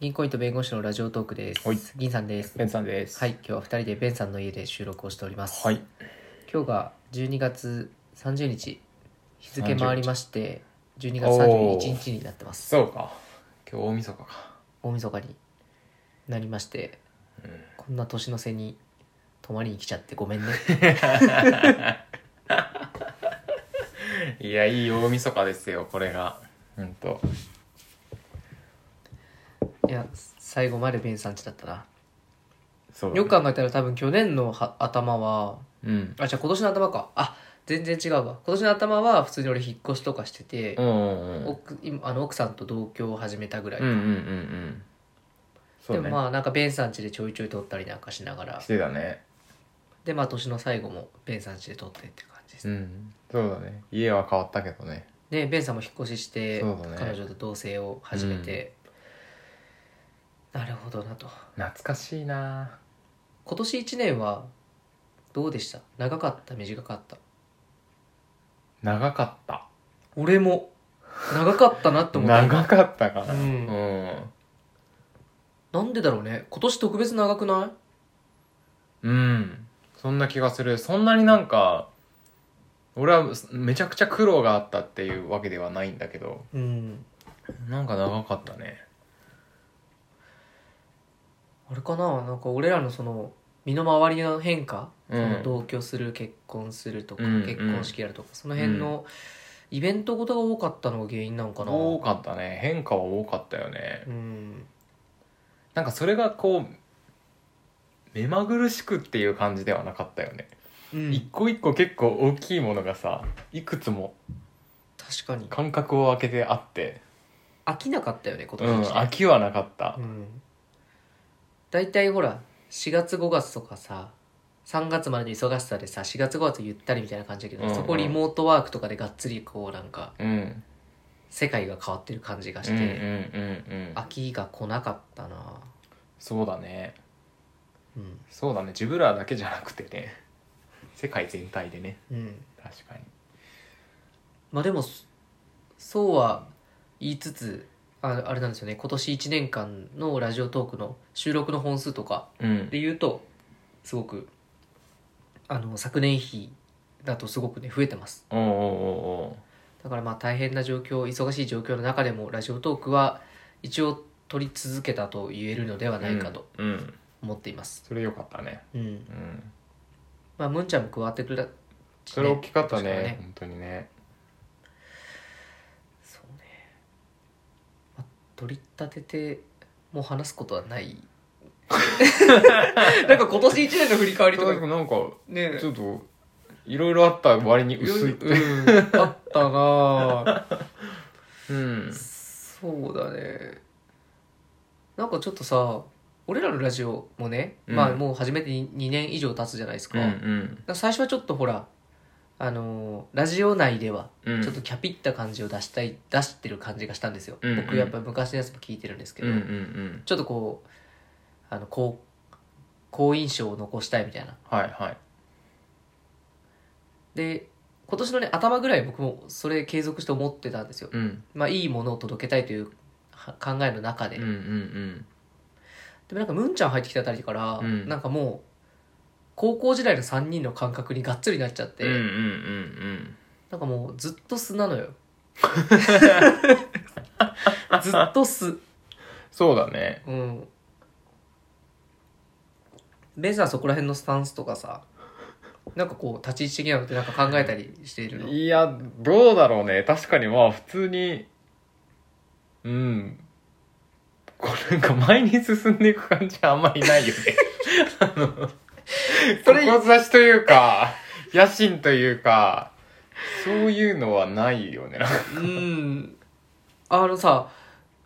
銀行員と弁護士のラジオトークです。はい銀さんです。ベンさんです。はい、。今日は二人でベンさんの家で収録をしております。はい。今日が12月30日、日付30回りまして、12月31日になってます。そうか。今日大晦日か。大晦日になりまして、こんな年の瀬に泊まりに来ちゃってごめんね。 いや、いい大晦日ですよ、これが。うんと。いや、最後までベンさんちだったな。そうだねよく考えたら多分去年のは頭は、うん。あ、じゃあ今年の頭か。あ、全然違うわ。今年の頭は普通に俺引っ越しとかしてて、うんうんうん。奥今あの奥さんと同居を始めたぐらい、うんうんうんうん。そうでね。もまあなんかベンさん家でちょいちょい撮ったりなんかしながらしてたね。でまあ年の最後もベンさん家で撮ってって感じです、うん。そうだね。家は変わったけどね。でベンさんも引っ越しして、そうだね彼女と同棲を始めて、なるほどなと懐かしいな今年1年はどうでした長かった短かった長かった。俺も長かったなって思った長かったかな。ううんん。なんでだろうね今年特別長くないうん。そんな気がする。そんなになんか、俺はめちゃくちゃ苦労があったっていうわけではないんだけど、うんなんか長かったね。あれかななんか俺らのその身の回りの変化、うんその同居する結婚するとか、うん結婚式やるとかその辺のイベントごとが多かったのが原因なのかな多かったね変化は多かったよねうんなんかそれがこう目まぐるしくっていう感じではなかったよね、うん一個一個結構大きいものがさいくつも確かに間隔を空けてあって、飽きなかったよね今うん、年飽きはなかったうん大体、ほら4月5月とかさ3月までの忙しさでさ4月5月ゆったりみたいな感じだけど、うんうんそこリモートワークとかでがっつりこうなんかうん、うん、世界が変わってる感じがしうて、んうんうん飽きが来なかったなそうだねうんそうだねジブラだけじゃなくてね世界全体でねうん確かにまあでもそそうは言いつつああれなんですよね今年1年間のラジオトークの収録の本数とかうんで言うとすごくあの昨年比だとすごくね増えてますおうおうおうおうだからまあ大変な状況忙しい状況の中でもラジオトークは一応取り続けたと言えるのではないかとうん、うん、思っていますそれよかったねうん、うんまあむんちゃんも加わってくれたそれ大きかったね確かに本当にねそうね、まあ、取り立ててもう話すことはない なんか今年一年の振り返りとかなんかねちょっといろいろあった割に薄いうんあったなぁうんそうだねなんかちょっとさ俺らのラジオもね、うんまあもう始めて2年以上経つじゃないですか,、うんうだかんら最初はちょっとほらあのーラジオ内ではうんちょっとキャピった感じを出したい出してる感じがしたんですよ、うんうん僕やっぱ昔のやつも聞いてるんですけうど、んうんうんちょっとこうあの好好印象を残したいみたいなはいはいで今年のね頭ぐらい僕もそれ継続して思ってたんですよ、うんまあ、いいものを届けたいというは考えの中で、うんうんうんでもなんかムンちゃん入ってきたあたりから、うんなんかもう高校時代の3人の感覚にがっつりなっちゃって、うんうんうんなんかもうずっと素なの よずっと素そうだねうんベンさんはそこら辺のスタンスとかさなんかこう立ち位置的なのってなんか考えたりしているのいやどうだろうね確かにまあ普通にうんこれなんか前に進んでいく感じはあんまりないよね あそれの志というか野心というかそういうのはないよねうんあのさ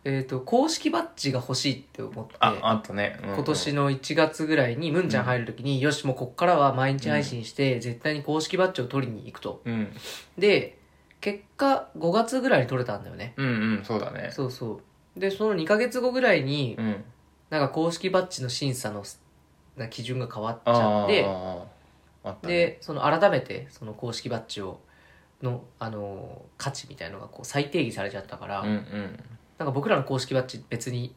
えっ、と公式バッジが欲しいって思ってあ、あとね。うん今年の1月ぐらいにムンちゃん入る時に、よしもうこっからは毎日配信して絶対に公式バッジを取りに行くとうん。で結果5月ぐらいに取れたんだよねうんうん、そうだね。そうそうでその2ヶ月後ぐらいにうん。なんか公式バッジの審査のすな基準が変わっちあーゃってあーあったね、でその改めてその公式バッジをの、あのー価値みたいのがこう再定義されちゃったから、うんうん。なんか僕らの公式バッジ別に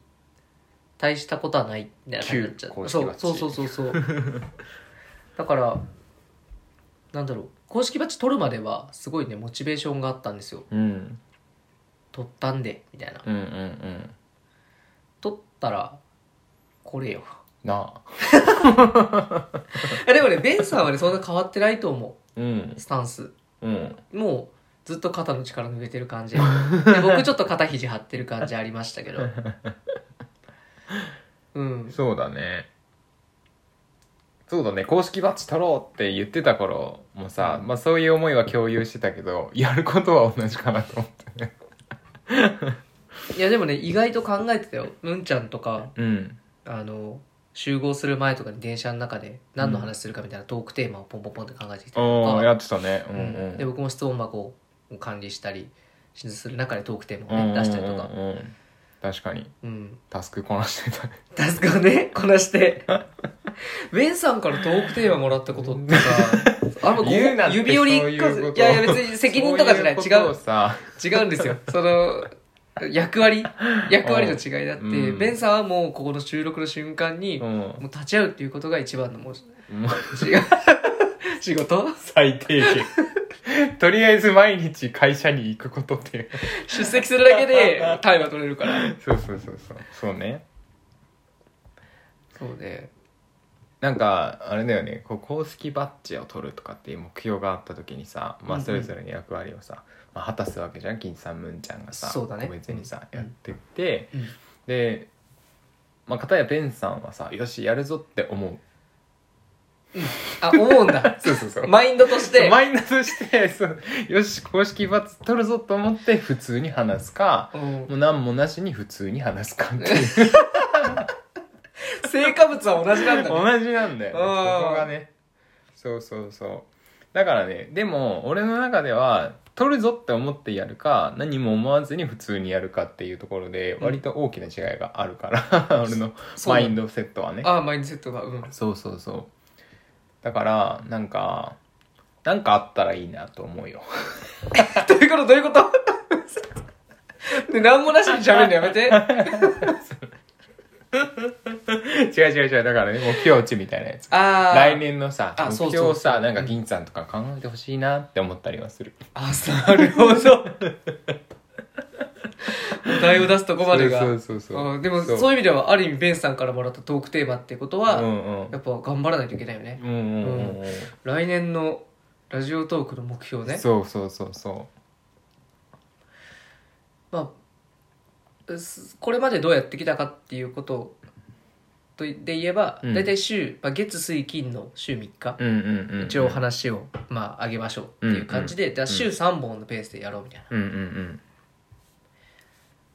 大したことはないみたいな感じになっちゃ旧公う式そうバッジそうそうそうそう だからなんだろう公式バッジ取るまではすごいねモチベーションがあったんですようん取ったんでみたいなうんうんうん取ったらこれ よなああでもねベンさんはねそんな変わってないと思うんうスタンスうんもうずっと肩の力抜けてる 感じで僕ちょっと肩肘張ってる感じありましたけどうんそうだねそうだね公式バッジ取ろうって言ってた頃もさ、まあ、そういう思いは共有してたけどやることは同じかなと思ってねいやでもね意外と考えてたよむんちゃんとかうんあの集合する前とかに電車の中で何の話するかみたいなトークテーマをポンポンポンって考えてきたりとおかーやってたねううんうんんで僕も質問箱を管理したりする中でトークテーうんマうを、んうんね、出したりとか、うん確かにうん、タスクこなしてたねタスクをねこなしてベンさんからトークテーマもらったこと ってさあんまこう言うなって指折りそういうこと数いやいや別に責任とかじゃないそう違いうことをうさ違うんですよその役割役割の違いだって、うんベンさんはもうここの収録の瞬間に、うもんう立ち会うっていうことが一番のもうもう違う仕事最低限 とりあえず毎日会社に行くことっていう出席するだけでタイムは取れるからそうそうそうそうそうねそうねなんかあれだよねこう公式バッジを取るとかっていう目標があった時にさ、まうんうあ、んそれぞれの役割をさ、まあ、果たすわけじゃん金さんムンちゃんがさそうだね個別にさ、うんやってって、うんで、まあ、片やベンさんはさよしやるぞって思うあ思うんだそうそうそうマインドとしてマイナスしてそうよし公式バッジ取るぞと思って普通に話すかうんもう何もなしに普通に話すかっていう成果物は同じなんだね同じなんだよあねーそこがねそうそうそうだからねでも俺の中では取るぞって思ってやるか何も思わずに普通にやるかっていうところでうん割と大きな違いがあ るから、俺のそうマだインドセットはねあマインドセットがうんそうそうそうだからなんかなんかあったらいいなと思うよ どういうことどういうことで何もなしに喋るのやめ て違う違う違うだからね目標値みたいなやつああ来年のさあ目そうそう標をさなんか銀さんとか考えてほしいなって思ったりはするあなるほどお題を出すとこまでがそうそうそうそうあでもそうそういう意味ではある意味ベンさんからもらったトークテーマってことは、うんうんやっぱ頑張らないといけないよねうんうんうんうん来年のラジオトークの目標ねそうそうそうそまあ、すこれまでどうやってきたかっていうことといで言えば、うん大体週、まあ、月水金の週3日う、うんうんうん、一応話を、まあ、上げましょうっていう感じで、だから週3本のペースでやろうみたいなうんうんうん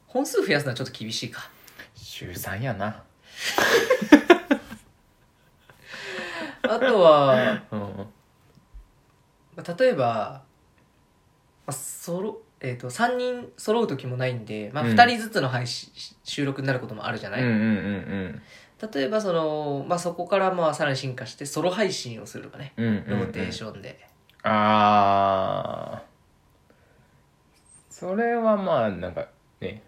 本数増やすのはちょっと厳しいか週3やなあとは、うんうんまあ、例えば、まあそろえー、と3人揃う時もないんで、まあ、うん2人ずつの配信、収録になることもあるじゃうなんい、うんうん例えばその、まあ、そこからまあさらに進化してソロ配信をするとかねうんうんうんローテーションで、ョンああそれはまあなんかね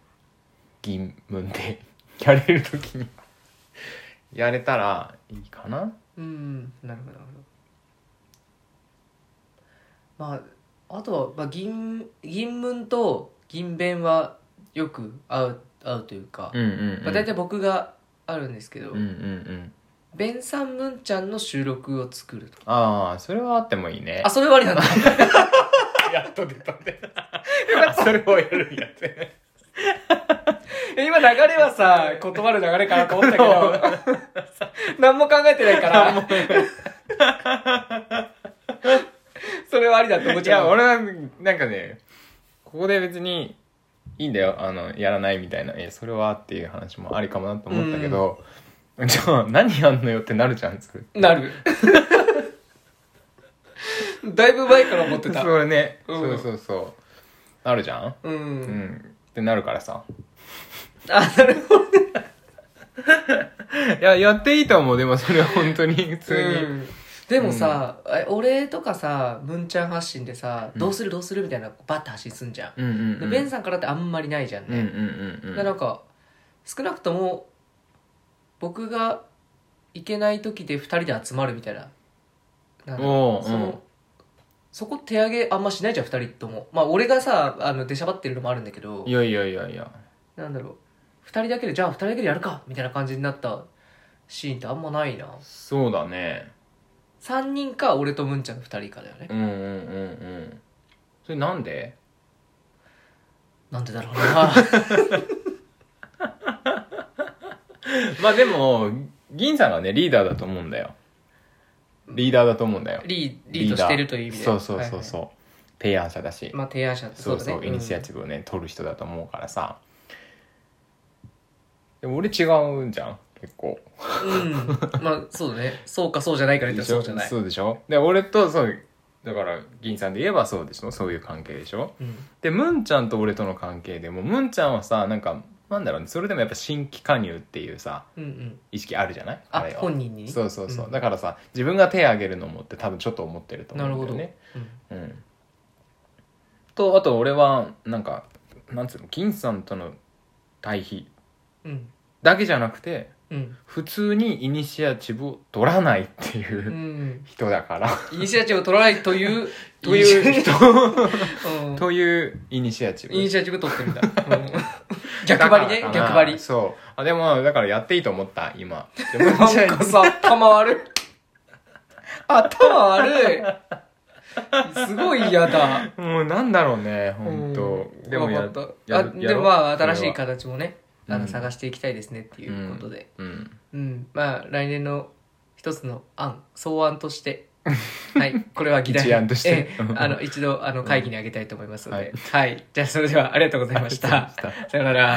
銀文で やれる時に やれたらいいかなうんなるほどなるほどまああとは、まあ、銀銀文と銀弁はよく合う合うというか、うんうん、うん、まあ、大体僕があるんですけど、うんうんうん弁さん文ちゃんの収録を作るとああそれはあってもいいねあそれはありなんだやっと出たね それをやるんやって 今流れはさ断る流れかなと思ったけ ど何も考えてないから それはありだって思っいちゃや、う俺は、なんかね、ここで別に、いいんだよ、あの、やらないみたいな、いや、それはっていう話もありかもなと思ったけど、じゃあ、何やんのよってなるじゃん、それ。なるだいぶ前から思ってたそれね、うんそうそうそう。なるじゃんう、うんん。ってなるからさ。あなるほどいや、やっていいと思う、でもそれは本当に、普通に。うんでもさ、え俺とかさ文ちゃん発信でさ、どうするどうするみたいなバッて発信すんじゃん、うんうんうでん。ベンささんからってあんまりないじゃんうんうんね、うんうん。だからなんか少なくとも僕が行けない時で2人で集まるみたいななんだおうそのうんそこ手上げあんましないじゃん2人ともまあ俺がさあの出しゃばってるのもあるんだけどいやいやいやいやなんだろう2人だけでじゃあ2人だけでやるかみたいな感じになったシーンってあんまないなそうだね3人か俺とムンちゃんの2人かだよねうんうんうんうんそれなんでなんでだろう な まあでも銀さんがねリーダーだと思うんだよリーダーだと思うんだよリーリードしてるという意味でそうそうそうそう、提案者だし、まあ提案者ってそうだそうイニシアチチブをね取る人だと思うからさでも俺違うんじゃん結構ブうん、うんまあそうだねそうかそうじゃないかで言でっしたらそうょじゃないそうでしょで俺とそうだから銀さんで言えばそうでしょそういう関係でしょうんでムンちゃんと俺との関係でもムンちゃんはさなんかなんだろうねそれでもやっぱ新規加入っていうさうんうん意識あるじゃないあれは本人にそうそうそう、んだからさ自分が手挙げるのもって多分ちょっと思ってると思うんだよねなるうんうん、とあと俺はなんかなんつうの銀さんとの対比うんだけじゃなくてうん普通にイニシアチブを取らないっていうう、ん人だか らイニシアチブを取らないと いうという人うんというイニシアチブイニシアチブ取ってみたうん 逆張りねだからかな逆張りそうあでもだからやっていいと思った今でも なんかさ頭悪い頭悪いすごい嫌だもうなんだろうね本当、うんでもやわかったやあるやでろうまあそれ新はしい形もねあうのん探していきたいですねっていうことでうんうんまあ来年の一つの案草案として はいこれは議題一案としてええあの一度あの会議にあげたいと思いますのはでいはいじゃあそれではありがとうございましありがたとうございまさよなら